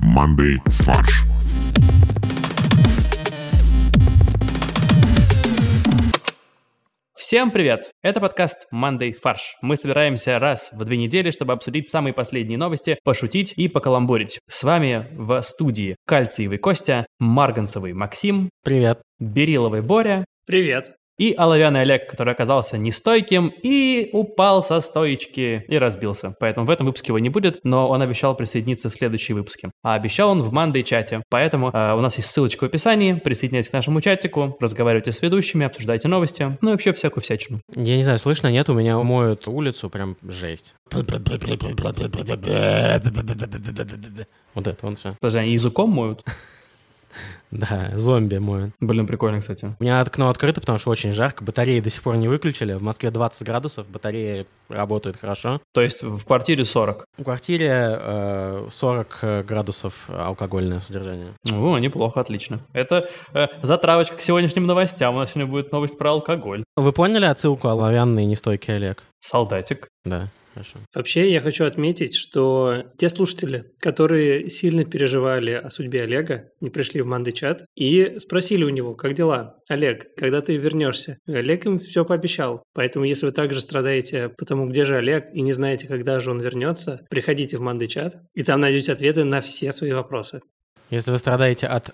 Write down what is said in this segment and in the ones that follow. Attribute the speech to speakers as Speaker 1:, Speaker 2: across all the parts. Speaker 1: командой «Фарш».
Speaker 2: Всем привет! Это подкаст «Мандай фарш». Мы собираемся раз в две недели, чтобы обсудить самые последние новости, пошутить и покаламбурить. С вами в студии Кальциевый Костя, Марганцевый Максим,
Speaker 3: Привет.
Speaker 2: Бериловый Боря
Speaker 4: Привет.
Speaker 2: и Оловянный Олег, который оказался нестойким и упал со стоечки и разбился. Поэтому в этом выпуске его не будет, но он обещал присоединиться в следующие выпуске. А обещал он в Мандай чате. Поэтому э, у нас есть ссылочка в описании. Присоединяйтесь к нашему чатику, разговаривайте с ведущими, обсуждайте новости, ну и вообще всякую всячину.
Speaker 3: Я не знаю, слышно, нет, у меня моют улицу, прям жесть. Вот это он все.
Speaker 2: Подожди, они языком моют?
Speaker 3: Да, зомби моют.
Speaker 2: Блин, прикольно, кстати.
Speaker 3: У меня окно открыто, потому что очень жарко, батареи до сих пор не выключили. В Москве 20 градусов, батареи работают хорошо.
Speaker 2: То есть в квартире 40.
Speaker 3: В квартире э, 40 э, градусов алкогольное содержание.
Speaker 2: О, неплохо, отлично. Это э, затравочка к сегодняшним новостям. У нас сегодня будет новость про алкоголь.
Speaker 3: Вы поняли отсылку оловянный нестойкий Олег?
Speaker 2: Солдатик.
Speaker 3: Да, хорошо.
Speaker 4: Вообще, я хочу отметить, что те слушатели, которые сильно переживали о судьбе Олега, не пришли в Манды чат и спросили у него, как дела, Олег, когда ты вернешься? И Олег им все пообещал. Поэтому, если вы также страдаете по тому, где же Олег, и не знаете, когда же он вернется, приходите в Манды чат, и там найдете ответы на все свои вопросы.
Speaker 3: Если вы страдаете от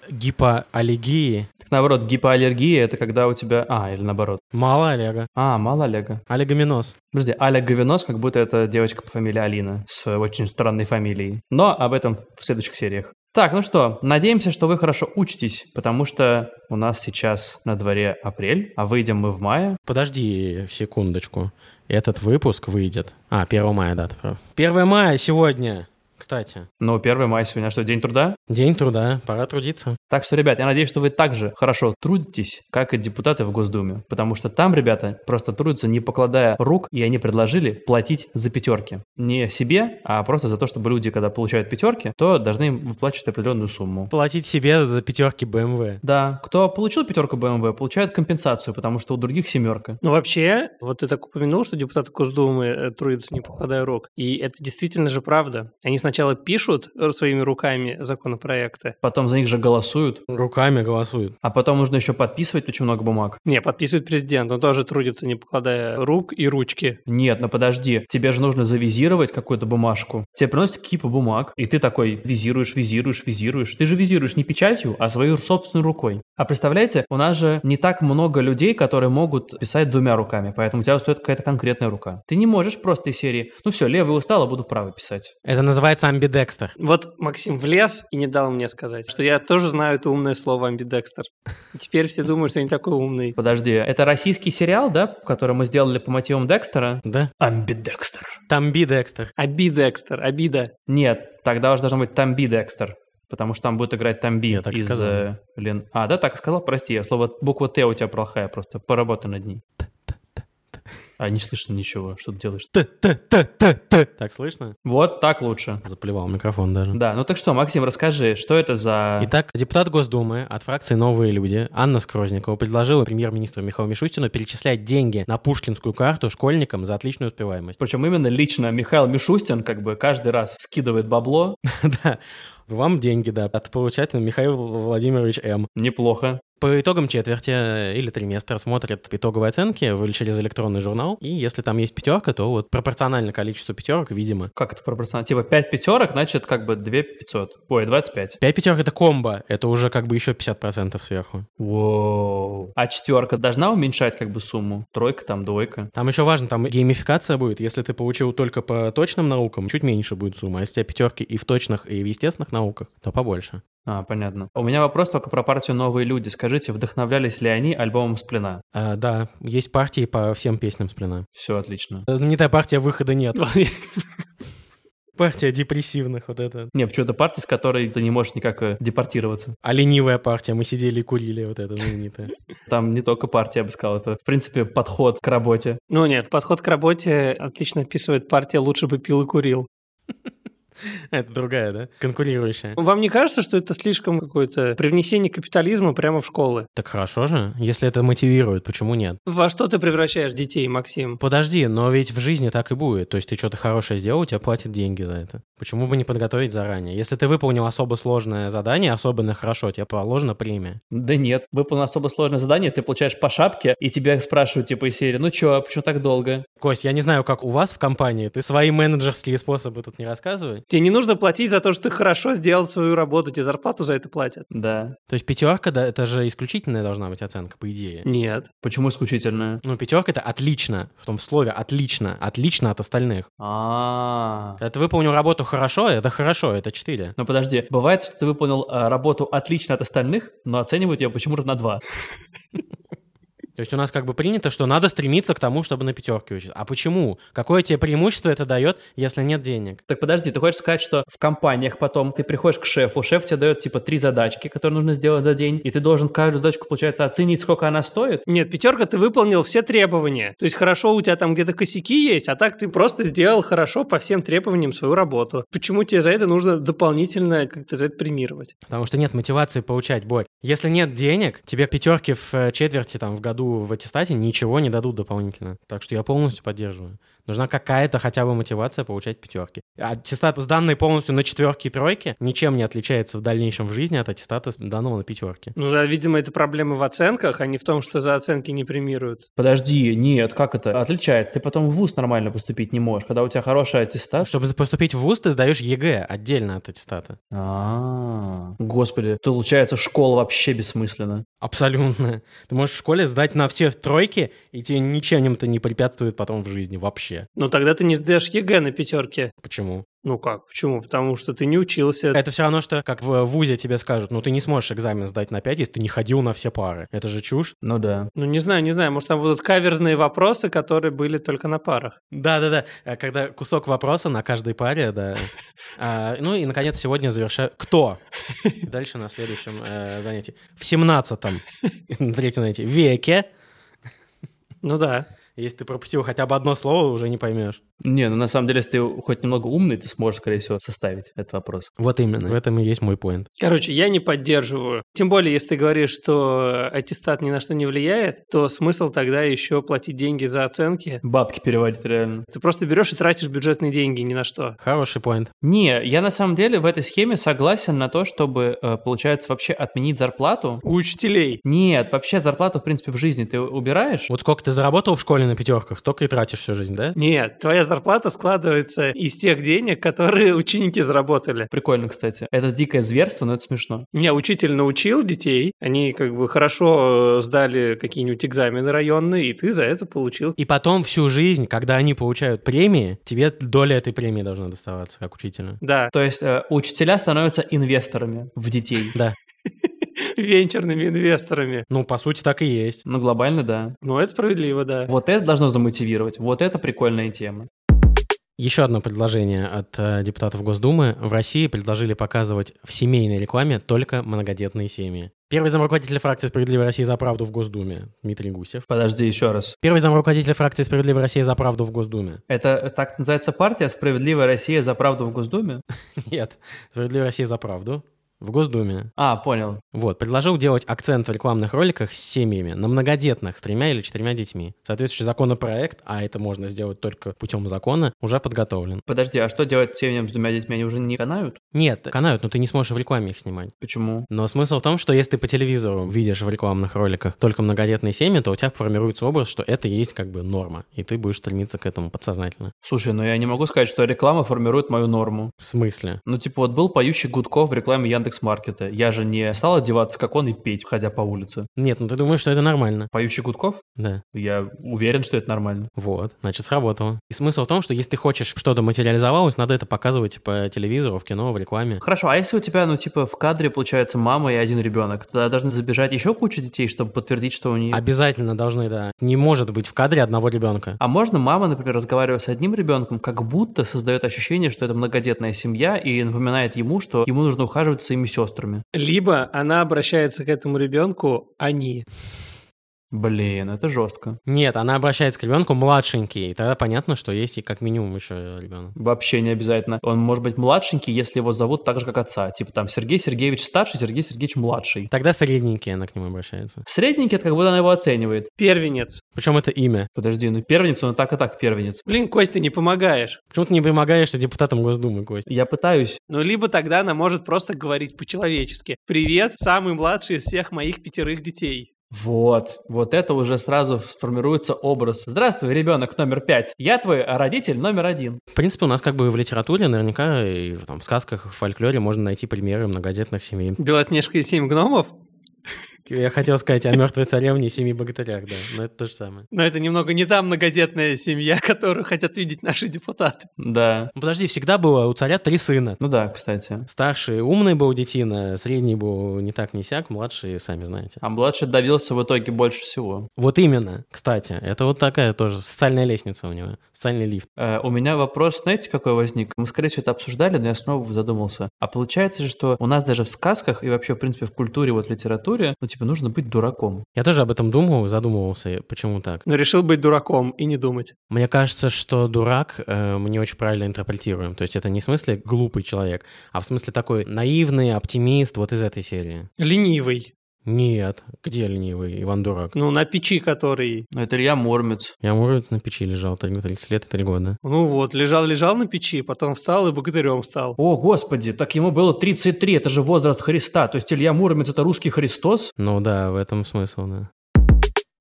Speaker 3: гипоаллергии,
Speaker 2: Так наоборот, гипоаллергия это когда у тебя. А, или наоборот.
Speaker 3: мало Олега.
Speaker 2: А, мало Олега.
Speaker 3: Олегоминоз.
Speaker 2: Подожди, Аля Говенос, как будто это девочка по фамилии Алина с очень странной фамилией. Но об этом в следующих сериях. Так, ну что, надеемся, что вы хорошо учитесь, потому что у нас сейчас на дворе апрель, а выйдем мы в мае.
Speaker 3: Подожди секундочку. Этот выпуск выйдет. А, 1 мая, да. ты прав. 1 мая сегодня, кстати.
Speaker 2: Ну, 1 мая сегодня что, День труда?
Speaker 3: День труда, пора трудиться.
Speaker 2: Так что, ребят, я надеюсь, что вы также хорошо трудитесь, как и депутаты в Госдуме, потому что там ребята просто трудятся, не покладая рук, и они предложили платить за пятерки. Не себе, а просто за то, чтобы люди, когда получают пятерки, то должны им выплачивать определенную сумму.
Speaker 3: Платить себе за пятерки BMW.
Speaker 2: Да, кто получил пятерку БМВ, получает компенсацию, потому что у других семерка.
Speaker 4: Ну, вообще, вот ты так упомянул, что депутаты Госдумы э, трудятся, не покладая рук. И это действительно же правда. Они сначала пишут э, своими руками законопроекты.
Speaker 2: Потом за них же голосуют,
Speaker 3: Руками голосуют.
Speaker 2: а потом нужно еще подписывать очень много бумаг.
Speaker 4: Не, подписывает президент, он тоже трудится, не покладая рук и ручки.
Speaker 2: Нет, ну подожди, тебе же нужно завизировать какую-то бумажку. Тебе приносят кипа бумаг, и ты такой визируешь, визируешь, визируешь. Ты же визируешь не печатью, а своей собственной рукой. А представляете, у нас же не так много людей, которые могут писать двумя руками, поэтому у тебя стоит какая-то конкретная рука. Ты не можешь просто из серии, ну все, левый устал, а буду правый писать.
Speaker 3: Это называется амбидекстер.
Speaker 4: Вот Максим влез и не дал мне сказать, что я тоже знаю это умное слово амбидекстер. И теперь все думают, что я не такой умный.
Speaker 2: Подожди, это российский сериал, да, который мы сделали по мотивам Декстера?
Speaker 3: Да?
Speaker 2: Амбидекстер.
Speaker 3: Тамбидекстер.
Speaker 4: Обидекстер, обида.
Speaker 2: Нет, тогда уже должен быть Тамби Декстер. Потому что там будет играть Тамби
Speaker 3: Я так
Speaker 2: из
Speaker 3: сказал.
Speaker 2: э, Лен... А, да, так и сказал, прости, я слово буква Т у тебя плохая, просто поработай над ней. А, не слышно ничего, что ты делаешь.
Speaker 3: Т-т-т-т-т. Так слышно?
Speaker 2: Вот так лучше.
Speaker 3: Заплевал микрофон даже.
Speaker 2: Да, ну так что, Максим, расскажи, что это за...
Speaker 3: Итак, депутат Госдумы от фракции «Новые люди» Анна Скрозникова предложила премьер-министру Михаилу Мишустину перечислять деньги на пушкинскую карту школьникам за отличную успеваемость.
Speaker 2: Причем именно лично Михаил Мишустин как бы каждый раз скидывает бабло.
Speaker 3: Да, вам деньги, да, от получателя Михаил Владимирович М.
Speaker 2: Неплохо.
Speaker 3: По итогам четверти э, или триместра смотрят итоговые оценки в- через электронный журнал, и если там есть пятерка, то вот пропорционально количеству пятерок, видимо.
Speaker 2: Как это пропорционально? Типа 5 пятерок, значит, как бы 2 500. Ой, 25.
Speaker 3: Пять пятерок — это комбо, это уже как бы еще 50% сверху.
Speaker 2: Воу. А четверка должна уменьшать как бы сумму? Тройка там, двойка.
Speaker 3: Там еще важно, там геймификация будет. Если ты получил только по точным наукам, чуть меньше будет сумма. А если у тебя пятерки и в точных, и в естественных науках, то побольше.
Speaker 2: А, понятно. У меня вопрос только про партию «Новые люди». Скажите, вдохновлялись ли они альбомом «Сплина»?
Speaker 3: А, да, есть партии по всем песням сплена.
Speaker 2: Все отлично.
Speaker 3: Знаменитая партия «Выхода нет».
Speaker 4: Вот я-
Speaker 3: Партия депрессивных, вот это.
Speaker 2: Не, почему-то партия, с которой ты не можешь никак э, депортироваться.
Speaker 3: А ленивая партия, мы сидели и курили, вот это знаменитое.
Speaker 2: Там не только партия, я бы сказал, это, в принципе, подход к работе.
Speaker 4: Ну нет, подход к работе отлично описывает партия «Лучше бы пил и курил».
Speaker 3: Это другая, да? Конкурирующая.
Speaker 4: Вам не кажется, что это слишком какое-то привнесение капитализма прямо в школы?
Speaker 3: Так хорошо же, если это мотивирует, почему нет?
Speaker 4: Во что ты превращаешь детей, Максим?
Speaker 3: Подожди, но ведь в жизни так и будет. То есть ты что-то хорошее сделал, у тебя платят деньги за это. Почему бы не подготовить заранее? Если ты выполнил особо сложное задание, особенно хорошо, тебе положено премия.
Speaker 2: Да нет, выполнил особо сложное задание, ты получаешь по шапке, и тебя спрашивают типа из серии, ну чё, почему так долго?
Speaker 3: Кость, я не знаю, как у вас в компании, ты свои менеджерские способы тут не рассказывай.
Speaker 4: Тебе не нужно платить за то, что ты хорошо сделал свою работу, тебе зарплату за это платят.
Speaker 2: Да.
Speaker 3: То есть пятерка, да, это же исключительная должна быть оценка, по идее.
Speaker 4: Нет.
Speaker 2: Почему исключительное?
Speaker 3: Ну, пятерка это отлично, в том в слове отлично, отлично от остальных.
Speaker 2: А.
Speaker 3: Когда ты выполнил работу хорошо, это хорошо, это 4.
Speaker 2: Ну подожди, бывает, что ты выполнил э, работу отлично от остальных, но оценивают ее почему-то на 2.
Speaker 3: То есть у нас как бы принято, что надо стремиться к тому, чтобы на пятерке учиться. А почему? Какое тебе преимущество это дает, если нет денег?
Speaker 2: Так подожди, ты хочешь сказать, что в компаниях потом ты приходишь к шефу, шеф тебе дает типа три задачки, которые нужно сделать за день, и ты должен каждую задачку, получается, оценить, сколько она стоит?
Speaker 4: Нет, пятерка, ты выполнил все требования. То есть хорошо, у тебя там где-то косяки есть, а так ты просто сделал хорошо по всем требованиям свою работу. Почему тебе за это нужно дополнительно как-то за это премировать?
Speaker 3: Потому что нет мотивации получать бой. Если нет денег, тебе пятерки в э, четверти там в году в аттестате ничего не дадут дополнительно. Так что я полностью поддерживаю. Нужна какая-то хотя бы мотивация получать пятерки. А Аттестат, сданный полностью на четверки и тройки, ничем не отличается в дальнейшем в жизни от аттестата, данного на пятерке.
Speaker 4: Ну да, видимо, это проблема в оценках, а не в том, что за оценки не премируют.
Speaker 2: Подожди, нет, как это? Отличается. Ты потом в ВУЗ нормально поступить не можешь, когда у тебя хороший аттестат.
Speaker 3: Чтобы за- поступить в ВУЗ, ты сдаешь ЕГЭ отдельно от аттестата.
Speaker 2: А, господи, то, получается школа вообще бессмысленна.
Speaker 3: Абсолютно. Ты можешь в школе сдать на все тройки, и тебе ничем это не препятствует потом в жизни вообще.
Speaker 4: Но тогда ты не сдашь ЕГЭ на пятерке.
Speaker 3: Почему?
Speaker 4: Ну как, почему? Потому что ты не учился.
Speaker 3: Это все равно, что как в э, ВУЗе тебе скажут, ну ты не сможешь экзамен сдать на 5, если ты не ходил на все пары. Это же чушь.
Speaker 2: Ну да.
Speaker 4: Ну не знаю, не знаю, может там будут каверзные вопросы, которые были только на парах.
Speaker 3: Да-да-да, э, когда кусок вопроса на каждой паре, да. А, ну и, наконец, сегодня завершаю. Кто? И дальше на следующем э, занятии. В 17-м, на третьем занятии, веке.
Speaker 4: Ну да.
Speaker 3: Если ты пропустил хотя бы одно слово, уже не поймешь.
Speaker 2: Не, ну на самом деле, если ты хоть немного умный, ты сможешь, скорее всего, составить этот вопрос.
Speaker 3: Вот именно. В этом и есть мой поинт.
Speaker 4: Короче, я не поддерживаю. Тем более, если ты говоришь, что аттестат ни на что не влияет, то смысл тогда еще платить деньги за оценки.
Speaker 2: Бабки переводить реально.
Speaker 4: Ты просто берешь и тратишь бюджетные деньги ни на что.
Speaker 3: Хороший поинт.
Speaker 2: Не, я на самом деле в этой схеме согласен на то, чтобы, э, получается, вообще отменить зарплату.
Speaker 4: У учителей.
Speaker 2: Нет, вообще зарплату, в принципе, в жизни ты убираешь.
Speaker 3: Вот сколько ты заработал в школе на пятерках, столько и тратишь всю жизнь, да?
Speaker 4: Нет, твоя зарплата складывается из тех денег, которые ученики заработали.
Speaker 2: Прикольно, кстати. Это дикое зверство, но это смешно.
Speaker 4: Меня учитель научил детей, они как бы хорошо э, сдали какие-нибудь экзамены районные, и ты за это получил.
Speaker 3: И потом всю жизнь, когда они получают премии, тебе доля этой премии должна доставаться, как учителю.
Speaker 4: Да,
Speaker 2: То есть э, учителя становятся инвесторами в детей.
Speaker 3: Да.
Speaker 4: венчурными инвесторами.
Speaker 3: Ну, по сути, так и есть.
Speaker 2: Ну, глобально, да.
Speaker 4: Ну, это справедливо, да.
Speaker 2: Вот это должно замотивировать. Вот это прикольная тема.
Speaker 3: Еще одно предложение от э, депутатов Госдумы. В России предложили показывать в семейной рекламе только многодетные семьи. Первый замруководитель фракции «Справедливая Россия за правду» в Госдуме Дмитрий Гусев.
Speaker 2: Подожди еще раз.
Speaker 3: Первый замруководитель фракции «Справедливая Россия за правду» в Госдуме.
Speaker 2: Это так называется партия «Справедливая Россия за правду в Госдуме»?
Speaker 3: Нет, «Справедливая Россия за правду» в Госдуме.
Speaker 2: А, понял.
Speaker 3: Вот, предложил делать акцент в рекламных роликах с семьями на многодетных с тремя или четырьмя детьми. Соответствующий законопроект, а это можно сделать только путем закона, уже подготовлен.
Speaker 2: Подожди, а что делать семьям с двумя детьми? Они уже не канают?
Speaker 3: Нет, канают, но ты не сможешь в рекламе их снимать.
Speaker 2: Почему?
Speaker 3: Но смысл в том, что если ты по телевизору видишь в рекламных роликах только многодетные семьи, то у тебя формируется образ, что это и есть как бы норма, и ты будешь стремиться к этому подсознательно.
Speaker 2: Слушай, ну я не могу сказать, что реклама формирует мою норму.
Speaker 3: В смысле?
Speaker 2: Ну, типа, вот был поющий Гудков в рекламе Яндекс.Маркета. Я же не стал одеваться, как он, и петь, ходя по улице.
Speaker 3: Нет, ну ты думаешь, что это нормально.
Speaker 2: Поющий Гудков?
Speaker 3: Да.
Speaker 2: Я уверен, что это нормально.
Speaker 3: Вот, значит, сработало. И смысл в том, что если ты хочешь, чтобы что-то материализовалось, надо это показывать по телевизору, в кино, в рекламе.
Speaker 2: Хорошо, а если у тебя, ну, типа, в кадре, получается, мама и один ребенок, тогда должны забежать еще куча детей, чтобы подтвердить, что у нее...
Speaker 3: Обязательно должны, да. Не может быть в кадре одного ребенка.
Speaker 2: А можно мама, например, разговаривая с одним ребенком, как будто создает ощущение, что это многодетная семья и напоминает ему, что ему нужно ухаживать за своими сестрами.
Speaker 4: Либо она обращается к этому ребенку «они».
Speaker 2: Блин, это жестко.
Speaker 3: Нет, она обращается к ребенку младшенький, и тогда понятно, что есть и как минимум еще ребенок.
Speaker 2: Вообще не обязательно. Он может быть младшенький, если его зовут так же, как отца. Типа там Сергей Сергеевич старший, Сергей Сергеевич младший.
Speaker 3: Тогда средненький она к нему обращается.
Speaker 2: Средненький, это как будто она его оценивает.
Speaker 4: Первенец.
Speaker 3: Причем это имя.
Speaker 2: Подожди, ну первенец, он и так и так первенец.
Speaker 4: Блин, Кость, ты не помогаешь.
Speaker 3: Почему ты не помогаешься депутатам Госдумы, Кость?
Speaker 2: Я пытаюсь.
Speaker 4: Ну, либо тогда она может просто говорить по-человечески. Привет, самый младший из всех моих пятерых детей.
Speaker 2: Вот, вот это уже сразу сформируется образ. Здравствуй, ребенок номер пять. Я твой родитель номер один.
Speaker 3: В принципе, у нас как бы в литературе наверняка и в, там, в сказках, в фольклоре можно найти примеры многодетных семей.
Speaker 4: Белоснежка и семь гномов?
Speaker 3: Я хотел сказать о мертвой царевне и семи богатырях, да, но это то же самое.
Speaker 4: Но Ну, это немного не та многодетная семья, которую хотят видеть наши депутаты.
Speaker 2: Да.
Speaker 3: Ну, Подожди, всегда было у царя три сына.
Speaker 2: Ну да, кстати.
Speaker 3: Старший умный был детина, средний был не так не сяк, младший, сами знаете.
Speaker 2: А младший давился в итоге больше всего.
Speaker 3: Вот именно, кстати, это вот такая тоже социальная лестница у него, социальный лифт.
Speaker 2: Э, у меня вопрос, знаете, какой возник? Мы, скорее всего, это обсуждали, но я снова задумался. А получается же, что у нас даже в сказках и вообще, в принципе, в культуре, вот литературе, ну, типа, нужно быть дураком.
Speaker 3: Я тоже об этом думал, задумывался, почему так.
Speaker 4: Но Ну, решил быть дураком и не думать.
Speaker 3: Мне кажется, что дурак э, мы не очень правильно интерпретируем. То есть это не в смысле глупый человек, а в смысле такой наивный оптимист вот из этой серии.
Speaker 4: Ленивый.
Speaker 3: Нет, где ленивый Иван Дурак?
Speaker 4: Ну, на печи который.
Speaker 2: Это Илья Мурмец.
Speaker 3: Я, может, на печи лежал три- 30 лет и 3 года.
Speaker 4: Ну вот, лежал-лежал на печи, потом встал и богатырем стал.
Speaker 2: О, господи, так ему было 33, это же возраст Христа. То есть Илья Муромец — это русский Христос?
Speaker 3: Ну да, в этом смысл, да.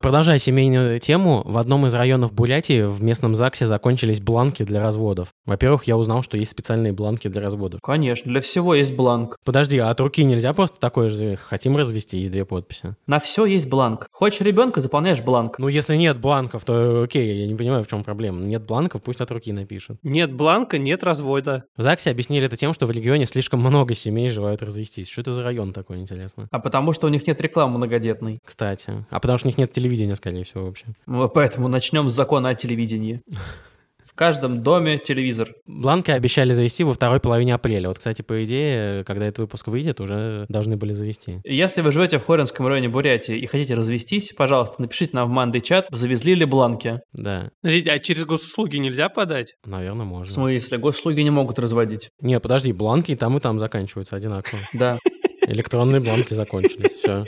Speaker 3: Продолжая семейную тему, в одном из районов Бурятии в местном ЗАГСе закончились бланки для разводов. Во-первых, я узнал, что есть специальные бланки для разводов.
Speaker 2: Конечно, для всего есть бланк.
Speaker 3: Подожди, а от руки нельзя просто такое же? Хотим развести, есть две подписи.
Speaker 2: На все есть бланк. Хочешь ребенка, заполняешь бланк.
Speaker 3: Ну, если нет бланков, то э, окей, я не понимаю, в чем проблема. Нет бланков, пусть от руки напишут.
Speaker 4: Нет бланка, нет развода.
Speaker 3: В ЗАГСе объяснили это тем, что в регионе слишком много семей желают развестись. Что это за район такой, интересно?
Speaker 2: А потому что у них нет рекламы многодетной.
Speaker 3: Кстати. А потому что у них нет телевидения, скорее всего, вообще.
Speaker 2: Ну, Поэтому начнем с закона о телевидении. В каждом доме телевизор.
Speaker 3: Бланки обещали завести во второй половине апреля. Вот, кстати, по идее, когда этот выпуск выйдет, уже должны были завести.
Speaker 2: Если вы живете в Хоринском районе Бурятии и хотите развестись, пожалуйста, напишите нам в Манды чат, завезли ли бланки.
Speaker 3: Да,
Speaker 4: Подождите, а через госуслуги нельзя подать?
Speaker 3: наверное,
Speaker 2: В
Speaker 3: можно.
Speaker 2: смысле, Ну, госслуги не могут разводить.
Speaker 3: Не, подожди, бланки и там, и там заканчиваются одинаково.
Speaker 2: Да.
Speaker 3: Электронные бланки закончились, все.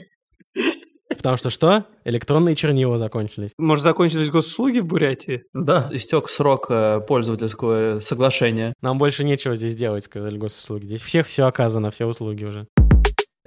Speaker 3: Потому что что? Электронные чернила закончились.
Speaker 4: Может, закончились госуслуги в Бурятии?
Speaker 2: Да, истек срок э, пользовательского соглашения.
Speaker 3: Нам больше нечего здесь делать, сказали госуслуги. Здесь всех все оказано, все услуги уже.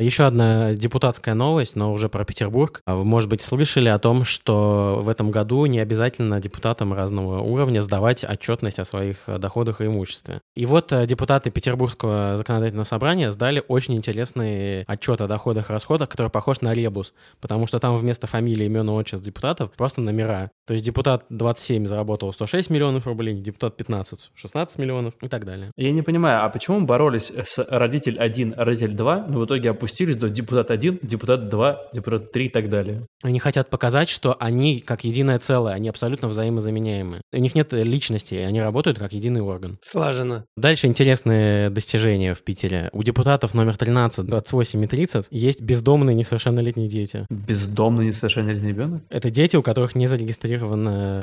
Speaker 3: Еще одна депутатская новость, но уже про Петербург. А Вы, может быть, слышали о том, что в этом году не обязательно депутатам разного уровня сдавать отчетность о своих э, доходах и имуществе. И вот э, депутаты Петербургского законодательного собрания сдали очень интересный отчет о доходах и расходах, который похож на ребус, потому что там вместо фамилии, имен и отчеств депутатов просто номера. То есть депутат 27 заработал 106 миллионов рублей, депутат 15 — 16 миллионов и так далее.
Speaker 2: Я не понимаю, а почему мы боролись с родитель 1, родитель 2, но в итоге опустились до депутат 1, депутат 2, депутат 3 и так далее.
Speaker 3: Они хотят показать, что они как единое целое, они абсолютно взаимозаменяемы. У них нет э, личности, и они работают как единый орган.
Speaker 4: Слажено.
Speaker 3: Дальше интересные достижения в Питере. У депутатов номер 13, 28 и 30 есть бездомные несовершеннолетние дети.
Speaker 2: Бездомный несовершеннолетний ребенок?
Speaker 3: Это дети, у которых не зарегистрировано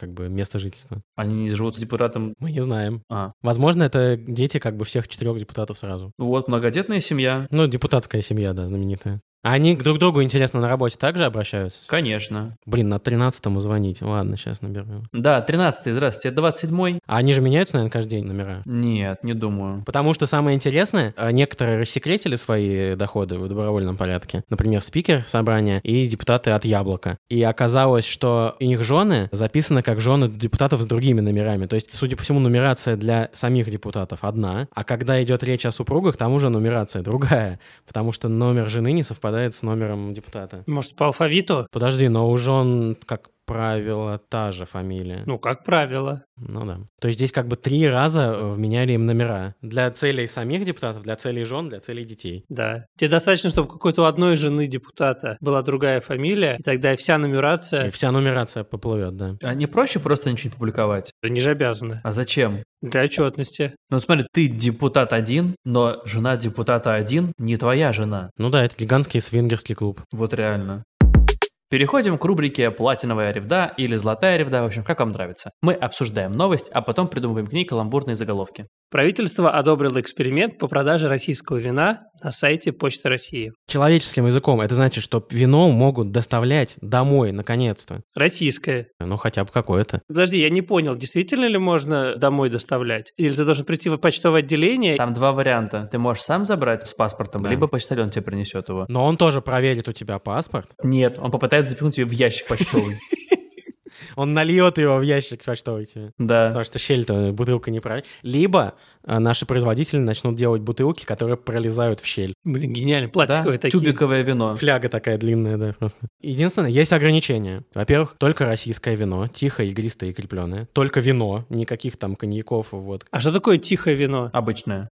Speaker 3: как бы место жительства.
Speaker 2: Они не живут с депутатом.
Speaker 3: Мы не знаем.
Speaker 2: А,
Speaker 3: Возможно, это дети как бы всех четырех депутатов сразу.
Speaker 2: ну вот, многодетная семья.
Speaker 3: Ну, депутатская семья, да, знаменитая. А они друг к другу, интересно, на работе также обращаются?
Speaker 2: Конечно.
Speaker 3: Блин, на 13-му звонить. Ладно, сейчас наберу.
Speaker 2: Да, 13 здравствуйте, 27
Speaker 3: А они же меняются, наверное, каждый день номера.
Speaker 2: Нет, не думаю.
Speaker 3: Потому что самое интересное, э, некоторые рассекретили свои доходы в добровольном порядке. Например, спикер собрания и депутаты от Яблока. И оказалось, что их жены записаны как жены депутатов с другими номерами. То есть, судя по всему, нумерация для самих депутатов одна, а когда идет речь о супругах, там уже нумерация другая, потому что номер жены не совпадает с номером депутата.
Speaker 4: Может, по алфавиту?
Speaker 3: Подожди, но у жен, как правило, та же фамилия.
Speaker 4: Ну, как правило.
Speaker 3: Ну да. То есть здесь как бы три раза э, вменяли им номера. Для целей самих депутатов, для целей жен, для целей детей.
Speaker 4: Да. Тебе достаточно, чтобы какой-то у одной жены депутата была другая фамилия, и тогда вся
Speaker 3: И
Speaker 4: нумерация
Speaker 3: вся нумерация поплывет, да.
Speaker 2: А не проще просто ничего не публиковать?
Speaker 4: не же обязана.
Speaker 2: А зачем?
Speaker 4: Для отчетности.
Speaker 2: Ну смотри, ты депутат один, но жена депутата один не твоя жена.
Speaker 3: Ну да, это гигантский свингерский клуб.
Speaker 2: Вот реально. Переходим к рубрике «Платиновая ревда» или «Золотая ревда», в общем, как вам нравится. Мы обсуждаем новость, а потом придумываем к ней каламбурные заголовки.
Speaker 4: Правительство одобрило эксперимент по продаже российского вина на сайте Почты России.
Speaker 3: Человеческим языком это значит, что вино могут доставлять домой, наконец-то.
Speaker 4: Российское.
Speaker 3: Ну, хотя бы какое-то.
Speaker 4: Подожди, я не понял, действительно ли можно домой доставлять? Или ты должен прийти в почтовое отделение?
Speaker 2: Там два варианта. Ты можешь сам забрать с паспортом,
Speaker 3: Да.
Speaker 2: либо почтальон тебе принесет его.
Speaker 3: Но он тоже проверит у тебя паспорт.
Speaker 2: Нет, он попытается запихнуть ее в ящик почтовый.
Speaker 3: Он нальет его в ящик почтовый тебе.
Speaker 2: Да.
Speaker 3: Потому что щель-то э, бутылка не пролезет. Либо э, наши производители начнут делать бутылки, которые пролезают в щель.
Speaker 4: Блин, гениально,
Speaker 2: Да,
Speaker 4: пластиковые такие.
Speaker 2: Тюбиковое вино.
Speaker 3: Фляга такая длинная, да, просто. Единственное, есть ограничения. Во-первых, только российское вино, тихое, игристое и крепленое. Только вино, никаких там коньяков, вот.
Speaker 4: А что такое тихое вино?
Speaker 2: Обычное.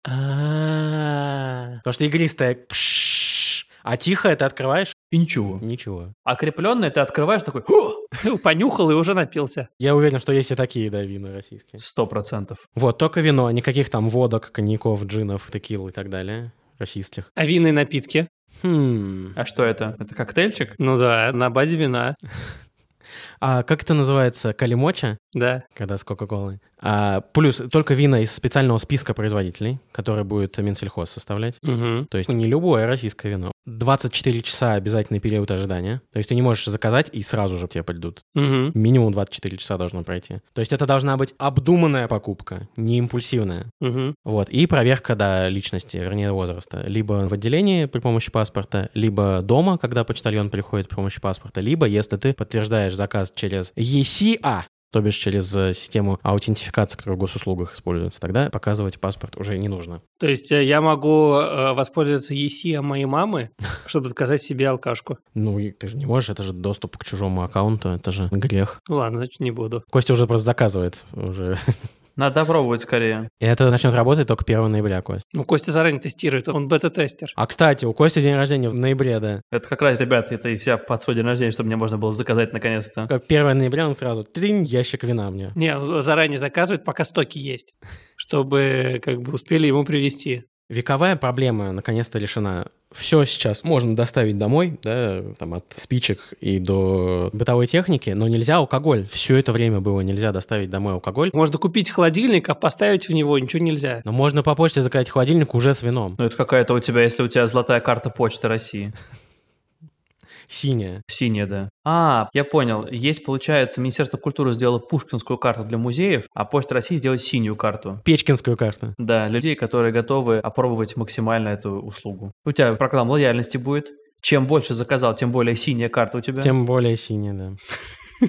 Speaker 4: А,
Speaker 3: Потому что игристое... пшшш, а тихое ты открываешь?
Speaker 2: И ничего.
Speaker 3: Ничего.
Speaker 2: А крепленное ты открываешь такой «О!»
Speaker 4: Ну, понюхал и уже напился.
Speaker 3: Я уверен, что есть и такие, да, вина российские.
Speaker 2: сто процентов.
Speaker 3: Вот, только вино, никаких там водок, коньяков, джинов, текил и так далее российских.
Speaker 4: А винные напитки?
Speaker 3: Хм.
Speaker 2: А что это? Это коктейльчик?
Speaker 4: Ну да, на базе вина,
Speaker 3: А как это называется? Калимоча?
Speaker 4: да.
Speaker 3: Когда с Кока-Колой. А, плюс только вина из специального списка производителей, который будет Минсельхоз составлять.
Speaker 4: Мгм.
Speaker 3: То есть ну, не любое российское вино. 24 часа обязательный период ожидания. То есть ты не можешь заказать, и сразу же тебе придут.
Speaker 4: Мгм.
Speaker 3: Минимум 24 часа должно пройти. То есть это должна быть обдуманная покупка, не импульсивная.
Speaker 4: Мгм.
Speaker 3: Вот. И проверка, да, личности, вернее, возраста. Либо в отделении при помощи паспорта, либо дома, когда почтальон приходит при помощи паспорта, либо если ты подтверждаешь заказ через ECA, А, то бишь через э, систему аутентификации, которая в госуслугах используется, тогда показывать паспорт уже не нужно.
Speaker 4: То есть э, я могу э, воспользоваться ЕСИ моей мамы, чтобы заказать себе алкашку.
Speaker 3: Ну, и ты же не можешь, это же доступ к чужому аккаунту, это же грех.
Speaker 4: Ну Ладно, значит, не буду.
Speaker 3: Костя уже просто заказывает уже.
Speaker 2: Надо пробовать скорее.
Speaker 3: И это начнет работать только 1 ноября, Кость.
Speaker 4: Ну, Костя заранее тестирует, он бета-тестер.
Speaker 3: А, кстати, у Кости день рождения в ноябре, да.
Speaker 2: Это как раз, ребят, это и вся под свой день рождения, чтобы мне можно было заказать наконец-то.
Speaker 3: Как 1 ноября он сразу, тринь, ящик вина мне.
Speaker 4: Не, он заранее заказывает, пока стоки есть, чтобы как бы успели ему привезти.
Speaker 3: Вековая проблема наконец-то решена. Все сейчас можно доставить домой, да, там от спичек и до бытовой техники, но нельзя алкоголь. Все это время было нельзя доставить домой алкоголь.
Speaker 4: Можно купить холодильник, а поставить в него ничего нельзя.
Speaker 3: Но можно по почте заказать холодильник уже с вином.
Speaker 2: Ну, это какая-то у тебя, если у тебя золотая карта почты России.
Speaker 3: Синяя.
Speaker 2: Синяя, да. А, я понял. Есть, получается, Министерство культуры сделало пушкинскую карту для музеев, а Почта России сделает синюю карту.
Speaker 3: Печкинскую карту.
Speaker 2: Да, людей, которые готовы опробовать максимально эту услугу. У тебя программа лояльности будет. Чем больше заказал, тем более синяя карта у тебя.
Speaker 3: Тем более синяя, да.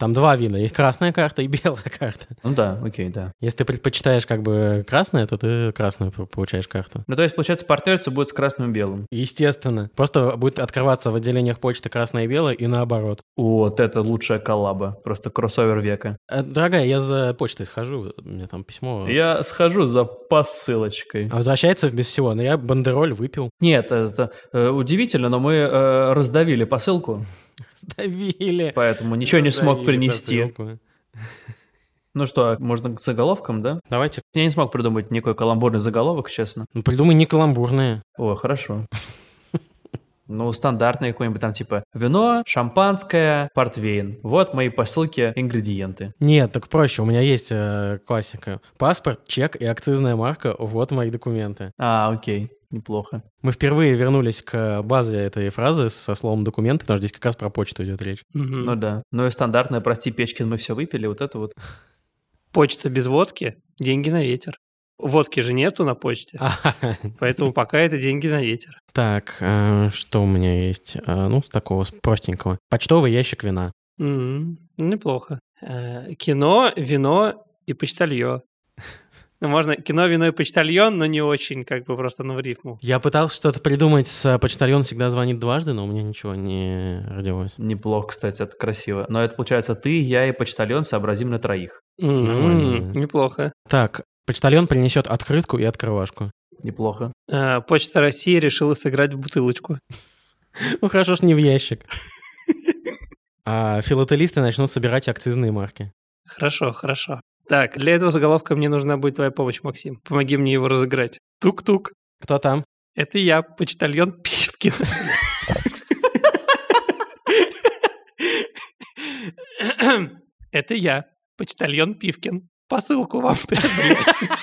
Speaker 3: Там два вида. Есть красная карта и белая карта.
Speaker 2: Ну да, окей, да.
Speaker 3: Если ты предпочитаешь как бы красное, то ты красную п- получаешь карту.
Speaker 2: Ну, то есть, получается, партнерцы будет с красным и белым.
Speaker 3: Естественно. Просто будет открываться в отделениях почты красное и белое и наоборот.
Speaker 2: Вот это лучшая коллаба. Просто кроссовер века.
Speaker 3: Э, Дорогая, я за почтой схожу, у меня там письмо.
Speaker 2: Я схожу за посылочкой.
Speaker 3: А возвращается без всего, но я бандероль выпил.
Speaker 2: Нет, это э, удивительно, но мы э, раздавили посылку,
Speaker 3: Сдавили.
Speaker 2: поэтому ничего не смог
Speaker 3: Сдавили
Speaker 2: принести.
Speaker 3: посылку.
Speaker 2: Ну что, можно к заголовкам, да?
Speaker 3: Давайте.
Speaker 2: Я не смог придумать никакой каламбурный заголовок, честно.
Speaker 3: Ну, придумай не каламбурные.
Speaker 2: О, хорошо. Ну, стандартный какой-нибудь там типа вино, шампанское, портвейн. Вот мои посылки, ингредиенты.
Speaker 3: Нет, так проще, у меня есть э, классика. Паспорт, чек и акцизная марка, вот мои документы.
Speaker 2: А, окей, неплохо.
Speaker 3: Мы впервые вернулись к базе этой фразы со словом документы, потому что здесь как раз про почту идет речь.
Speaker 4: Мгм.
Speaker 2: Ну да. Ну и стандартное, прости, Печкин, мы все выпили, вот это вот.
Speaker 4: Почта без водки – деньги на ветер. Водки же нету на почте,
Speaker 3: А,
Speaker 4: поэтому пока это деньги на ветер.
Speaker 3: Так, э, что у меня есть? Э, Ну, с такого с простенького. Почтовый ящик вина.
Speaker 4: Мгм. Неплохо. Э, Кино, вино и почтальон. Ну, Можно кино, вино и почтальон, но не очень, как бы просто, ну, в рифму.
Speaker 3: Я пытался что-то придумать с э, «Почтальон всегда звонит дважды», но у меня ничего не родилось.
Speaker 2: Неплохо, кстати, это красиво. Но это получается ты, я и почтальон сообразим на троих.
Speaker 4: М,
Speaker 3: Нормально, да.
Speaker 4: Неплохо.
Speaker 3: Так, почтальон принесет открытку и открывашку.
Speaker 2: Неплохо.
Speaker 4: Э, Почта России решила сыграть в бутылочку.
Speaker 3: Ну хорошо, что не в ящик. А филателисты начнут собирать акцизные марки.
Speaker 4: Хорошо, хорошо. Так, для этого заголовка мне нужна будет твоя помощь, Максим. Помоги мне его разыграть. Тук-тук.
Speaker 3: Кто там?
Speaker 4: Это я, почтальон Пивкин. Это я, почтальон Пивкин. Посылку вам привез.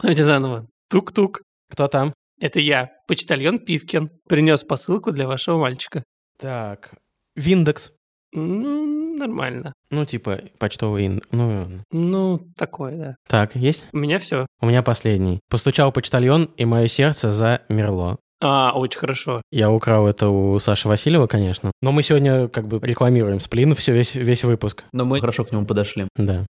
Speaker 5: Давайте заново.
Speaker 4: Тук-тук.
Speaker 3: Кто там?
Speaker 4: Это я, почтальон Пивкин. Принес посылку для вашего мальчика.
Speaker 3: Так. Виндекс.
Speaker 4: Ну, нормально.
Speaker 3: Ну, типа, почтовый индекс. Ну, и ладно.
Speaker 4: Ну, такое, да.
Speaker 3: так, есть?
Speaker 4: У меня все.
Speaker 3: У меня последний. Постучал почтальон, и мое сердце замерло.
Speaker 4: А, очень хорошо.
Speaker 3: Я украл это у Саши Васильева, конечно. Но мы сегодня как бы рекламируем сплин, все, весь, весь выпуск.
Speaker 2: Но мы хорошо к нему подошли.
Speaker 3: Да.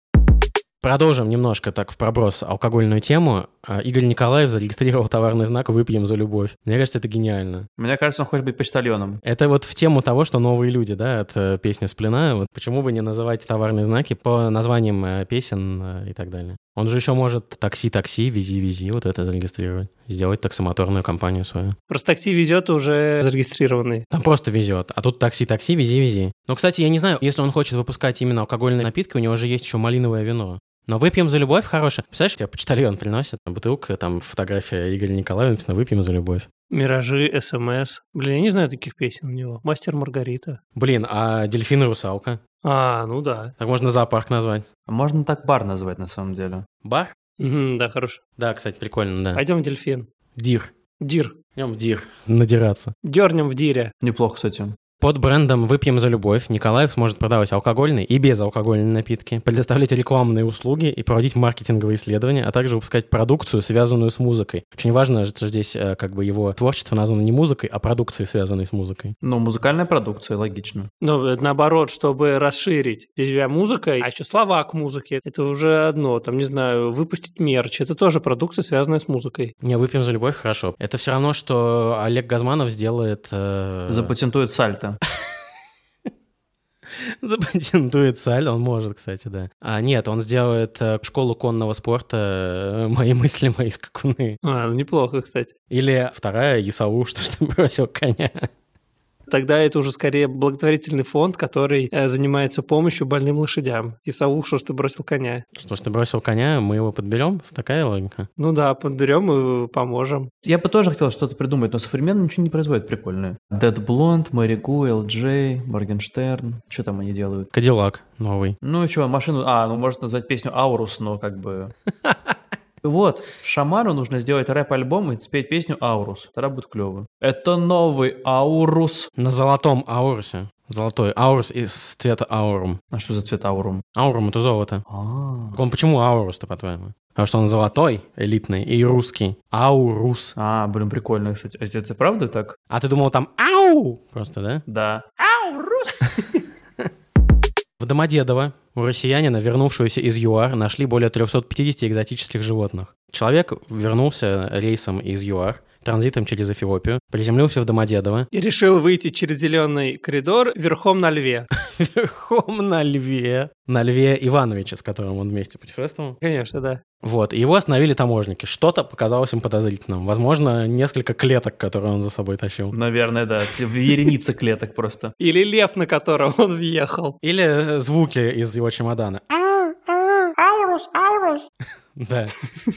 Speaker 3: Продолжим немножко так в проброс алкогольную тему. А, Игорь Николаев зарегистрировал товарный знак «Выпьем за любовь». Мне кажется, это гениально.
Speaker 2: Мне кажется, он хочет быть почтальоном.
Speaker 3: Это вот в тему того, что новые люди, да, от э, песни «Сплина». Вот почему бы не называть товарные знаки по названиям э, песен э, и так далее? Он же еще может такси-такси, вези-вези, вот это зарегистрировать. Сделать таксомоторную компанию свою.
Speaker 4: Просто такси везет уже зарегистрированный.
Speaker 3: Там просто везет. А тут такси-такси, вези-вези. Но, кстати, я не знаю, если он хочет выпускать именно алкогольные напитки, у него же есть еще малиновое вино. Но выпьем за любовь хорошее. Представляешь, тебе почтальон приносит бутылка, там фотография Игоря Николаева, написано «Выпьем за любовь».
Speaker 4: Миражи, СМС. Блин, я не знаю таких песен у него. Мастер Маргарита.
Speaker 3: Блин, а дельфин и русалка?
Speaker 4: А, ну да.
Speaker 3: Так можно зоопарк назвать.
Speaker 2: А Можно так бар назвать, на самом деле.
Speaker 3: Бар?
Speaker 4: Мгм, да, хорошо.
Speaker 3: Да, кстати, прикольно, да.
Speaker 4: Пойдем в дельфин.
Speaker 3: Дир.
Speaker 4: Дир.
Speaker 3: Идем в дир. Надираться.
Speaker 4: Дернем в дире.
Speaker 2: Неплохо, кстати.
Speaker 3: Под брендом «Выпьем за любовь» Николаев сможет продавать алкогольные и безалкогольные напитки, предоставлять рекламные услуги и проводить маркетинговые исследования, а также выпускать продукцию, связанную с музыкой. Очень важно, что здесь э, как бы его творчество названо не музыкой, а продукцией, связанной с музыкой.
Speaker 2: Но Ну, музыкальная продукция, логично.
Speaker 4: Ну, это наоборот, чтобы расширить. Здесь у тебя музыка, а еще слова к музыке. Это уже одно. Там, не знаю, выпустить мерч. Это тоже продукция, связанная с музыкой.
Speaker 3: Не, «Выпьем за любовь» хорошо. Это все равно, что Олег Газманов сделает... э,
Speaker 2: Запатентует сальто.
Speaker 3: Запатентует саль, он может, кстати, да. А нет, он сделает э, школу конного спорта э, «Мои мысли, мои скакуны».
Speaker 4: А, ну, неплохо, кстати.
Speaker 3: Или вторая Исау, что ж ты бросил коня.
Speaker 4: Тогда это уже скорее благотворительный фонд, который э, занимается помощью больным лошадям. И Саул, что ж ты бросил коня?
Speaker 3: Что ж ты бросил коня, мы его подберем? Такая логика.
Speaker 4: Ну да, подберем и поможем.
Speaker 2: Я бы тоже хотел что-то придумать, но современно ничего не производят прикольное. Dead Blonde, Mary Gu, LJ, Моргенштерн. Что там они делают?
Speaker 3: Кадиллак новый.
Speaker 2: Ну и чего, машину... А, ну может назвать песню «Аурус», но как бы... Вот, шаману нужно сделать рэп-альбом и спеть песню «Аурус». Тогда будет клево. Это новый «Аурус».
Speaker 3: На золотом аурусе. Золотой аурус из цвета аурум.
Speaker 2: А что за цвет «Аурум»?
Speaker 3: Аурум — это золото.
Speaker 2: А,
Speaker 3: Он почему аурус-то, по-твоему? Потому что он золотой, элитный и русский. Аурус.
Speaker 2: а блин, прикольно, кстати. А это правда так?
Speaker 3: А ты думал там ау? Просто, да?
Speaker 2: Да.
Speaker 3: В Домодедово у россиянина, вернувшегося из ЮАР, нашли более 350 экзотических животных. Человек вернулся рейсом из ЮАР, транзитом через Эфиопию, приземлился в Домодедово,
Speaker 4: И решил выйти через зеленый коридор верхом на льве.
Speaker 3: верхом на льве, на льве Ивановича, с которым он вместе путешествовал.
Speaker 4: Конечно, да.
Speaker 3: Вот, и его остановили таможенники. Что-то показалось им подозрительным. Возможно, несколько клеток, которые он за собой тащил.
Speaker 2: Наверное, да. Вереница клеток просто.
Speaker 4: Или лев, на которого он въехал.
Speaker 3: Или э, звуки из его чемодана. Да.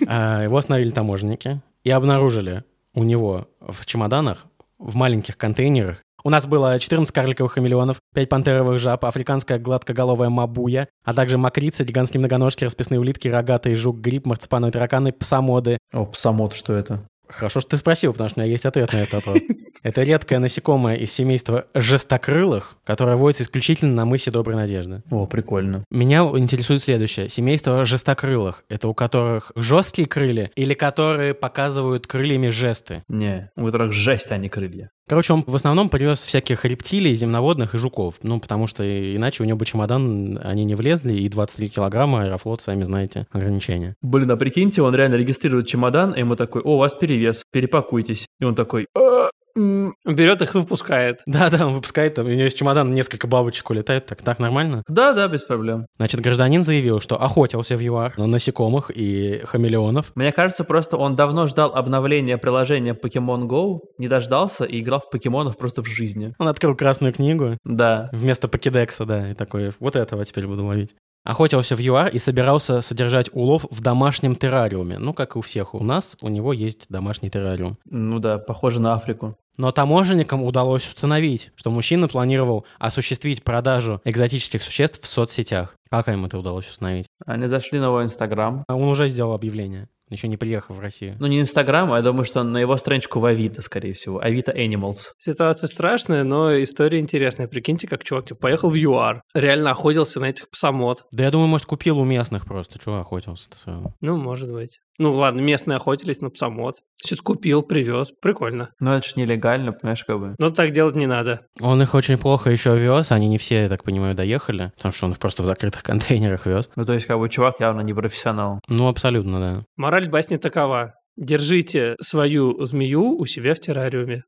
Speaker 3: А, Его остановили таможенники и обнаружили у него в чемоданах, в маленьких контейнерах, у нас было 14 карликовых хамелеонов, 5 пантеровых жаб, африканская гладкоголовая мабуя, а также макрицы, гигантские многоножки, расписные улитки, рогатый жук, гриб, марципановые тараканы, псамоды.
Speaker 2: О, псамот, что это?
Speaker 3: Хорошо, что ты спросил, потому что у меня есть ответ на этот вопрос. Это редкое насекомое из семейства жестокрылых, которое водится исключительно на мысе Доброй Надежды.
Speaker 2: О, прикольно.
Speaker 3: Меня интересует следующее. Семейство жестокрылых. Это у которых жесткие крылья или которые показывают крыльями жесты?
Speaker 2: Не, у которых жесть, а не крылья.
Speaker 3: Короче, он в основном привез всяких рептилий, земноводных и жуков. Ну, потому что иначе у него бы чемодан, они не влезли, и 23 килограмма аэрофлот, сами знаете, ограничения.
Speaker 2: Блин, а прикиньте, он реально регистрирует чемодан, и ему такой, о, у вас перевес, перепакуйтесь. И он такой, «А, м,
Speaker 4: Берет их и выпускает.
Speaker 3: Да-да, он выпускает, там, у него из чемодана несколько бабочек улетает, так, так нормально?
Speaker 2: да-да, без проблем.
Speaker 3: Значит, гражданин заявил, что охотился в ЮАР на насекомых и хамелеонов.
Speaker 2: Мне кажется, просто он давно ждал обновления приложения Pokemon Go, не дождался и играл в покемонов просто в жизни.
Speaker 3: Он открыл красную книгу,
Speaker 2: Да.
Speaker 3: Вместо покедекса, да, и такой, вот этого теперь буду ловить. охотился в ЮАР и собирался содержать улов в домашнем террариуме. Ну, как и у всех у нас, у него есть домашний террариум.
Speaker 2: Ну да, похоже на Африку.
Speaker 3: Но таможенникам удалось установить, что мужчина планировал осуществить продажу экзотических существ в соцсетях. Как им это удалось установить?
Speaker 2: Они зашли на его Инстаграм.
Speaker 3: А Он уже сделал объявление, еще не приехав в Россию.
Speaker 2: Ну, не Инстаграм, а я думаю, что на его страничку в Авито, скорее всего. Авито Animals.
Speaker 4: Ситуация страшная, но история интересная. Прикиньте, как чувак типа, поехал в ЮАР, реально охотился на этих псомот.
Speaker 3: Да я думаю, может, купил у местных просто. Чего охотился-то своего?
Speaker 4: Ну, может быть. Ну, ладно, местные охотились на псомот. Что-то купил, привез. Прикольно.
Speaker 2: Но Ну, это же нелегально, понимаешь, как бы.
Speaker 4: Но так делать не надо.
Speaker 3: Он их очень плохо еще вез, они не все, я так понимаю, доехали, потому что он их просто в закрытых контейнерах вез.
Speaker 2: Ну, то есть, как бы, чувак явно не профессионал.
Speaker 3: Ну, абсолютно, да.
Speaker 4: Мораль басни такова. Держите свою змею у себя в террариуме.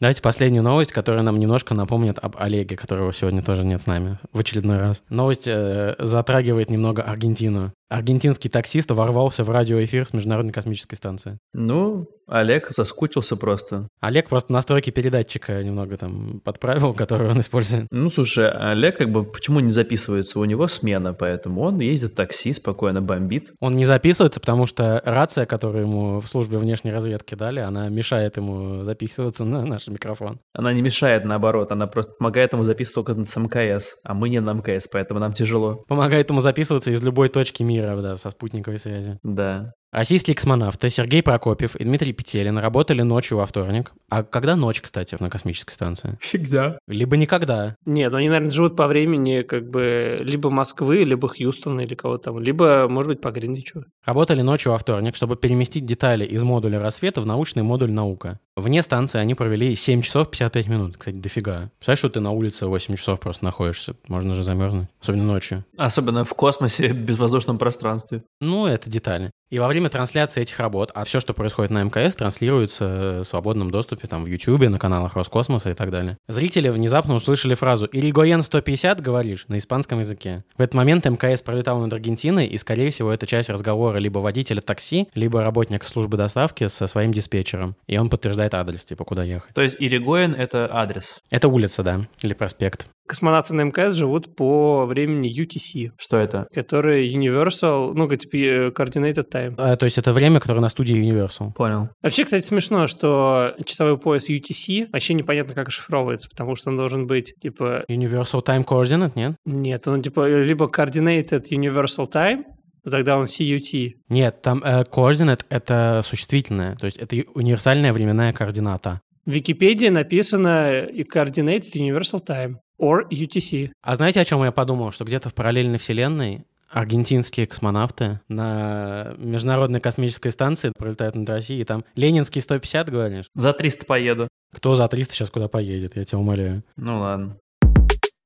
Speaker 3: Давайте последнюю новость, которая нам немножко напомнит об Олеге, которого сегодня тоже нет с нами в очередной раз. Новость э, затрагивает немного Аргентину. Аргентинский таксист ворвался в радиоэфир с Международной космической станции.
Speaker 2: Ну, Олег соскучился просто.
Speaker 3: Олег просто настройки передатчика немного там подправил, который он использует.
Speaker 2: Ну, слушай, Олег как бы почему не записывается? У него смена, поэтому он ездит в такси, спокойно бомбит.
Speaker 3: Он не записывается, потому что рация, которую ему в службе внешней разведки дали, она мешает ему записываться на наш микрофон.
Speaker 2: Она не мешает, наоборот, она просто помогает ему записывать только с МКС, а мы не на МКС, поэтому нам тяжело.
Speaker 3: Помогает ему записываться из любой точки мира, да, со спутниковой связи.
Speaker 2: Да.
Speaker 3: Российские космонавты Сергей Прокопьев и Дмитрий Петелин работали ночью во вторник. А когда ночь, кстати, на космической станции?
Speaker 2: Всегда.
Speaker 3: Либо никогда.
Speaker 4: Нет, ну они, наверное, живут по времени как бы либо Москвы, либо Хьюстона или кого там, либо, может быть, по Гринвичу.
Speaker 3: Работали ночью во вторник, чтобы переместить детали из модуля рассвета в научный модуль наука. Вне станции они провели 7 часов 55 минут. Кстати, дофига. Представляешь, что ты на улице 8 часов просто находишься? Можно же замерзнуть. Особенно ночью.
Speaker 2: Особенно в космосе, в безвоздушном пространстве.
Speaker 3: Ну, это детали. И во время трансляции этих работ, а все, что происходит на МКС, транслируется в свободном доступе там в Ютьюбе, на каналах Роскосмоса и так далее. Зрители внезапно услышали фразу «Ильгоен 150, говоришь?» на испанском языке. В этот момент МКС пролетал над Аргентиной, и, скорее всего, это часть разговора либо водителя такси, либо работника службы доставки со своим диспетчером. И он подтверждает адрес, типа, куда ехать.
Speaker 2: То есть Иригоин — это адрес.
Speaker 3: Это улица, да, или проспект.
Speaker 4: Космонавты на МКС живут по времени UTC,
Speaker 2: Что это?
Speaker 4: который Universal, ну, типа, э, Coordinated Time.
Speaker 3: А, то есть это время, которое на студии Universal.
Speaker 2: Понял.
Speaker 4: Вообще, кстати, смешно, что часовой пояс UTC вообще непонятно, как оцифровывается, потому что он должен быть, типа,
Speaker 3: Universal Time Coordinate, нет?
Speaker 4: нет, он, типа, либо Coordinated Universal Time, но тогда он CUT.
Speaker 3: Нет, там э, coordinate — это существительное, то есть это ю- универсальная временная координата.
Speaker 4: В Википедии написано и Coordinated Universal Time, or UTC.
Speaker 3: А знаете, о чем я подумал? Что где-то в параллельной вселенной аргентинские космонавты на Международной космической станции пролетают над Россией, и там Ленинский 150, говоришь?
Speaker 2: За 300 поеду.
Speaker 3: Кто за 300 сейчас куда поедет, я тебя умоляю.
Speaker 2: Ну ладно.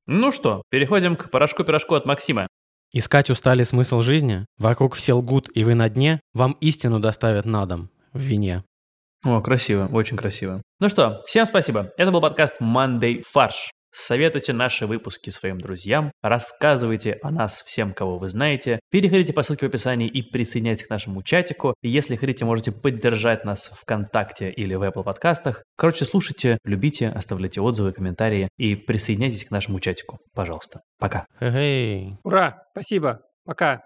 Speaker 2: Ну что, переходим к порошку-пирожку от Максима.
Speaker 3: Искать устали смысл жизни? Вокруг все лгут, и вы на дне? Вам истину доставят на дом, в вине.
Speaker 2: О, красиво, очень красиво. Ну что, всем спасибо. Это был подкаст Monday Фарш. Советуйте наши выпуски своим друзьям, рассказывайте о нас всем, кого вы знаете, переходите по ссылке в описании и присоединяйтесь к нашему чатику. И Если хотите, можете поддержать нас ВКонтакте или в Apple подкастах. Короче, слушайте, любите, оставляйте отзывы, комментарии и присоединяйтесь к нашему чатику, пожалуйста. Пока.
Speaker 3: Хе-хей.
Speaker 4: Ура! Спасибо! Пока!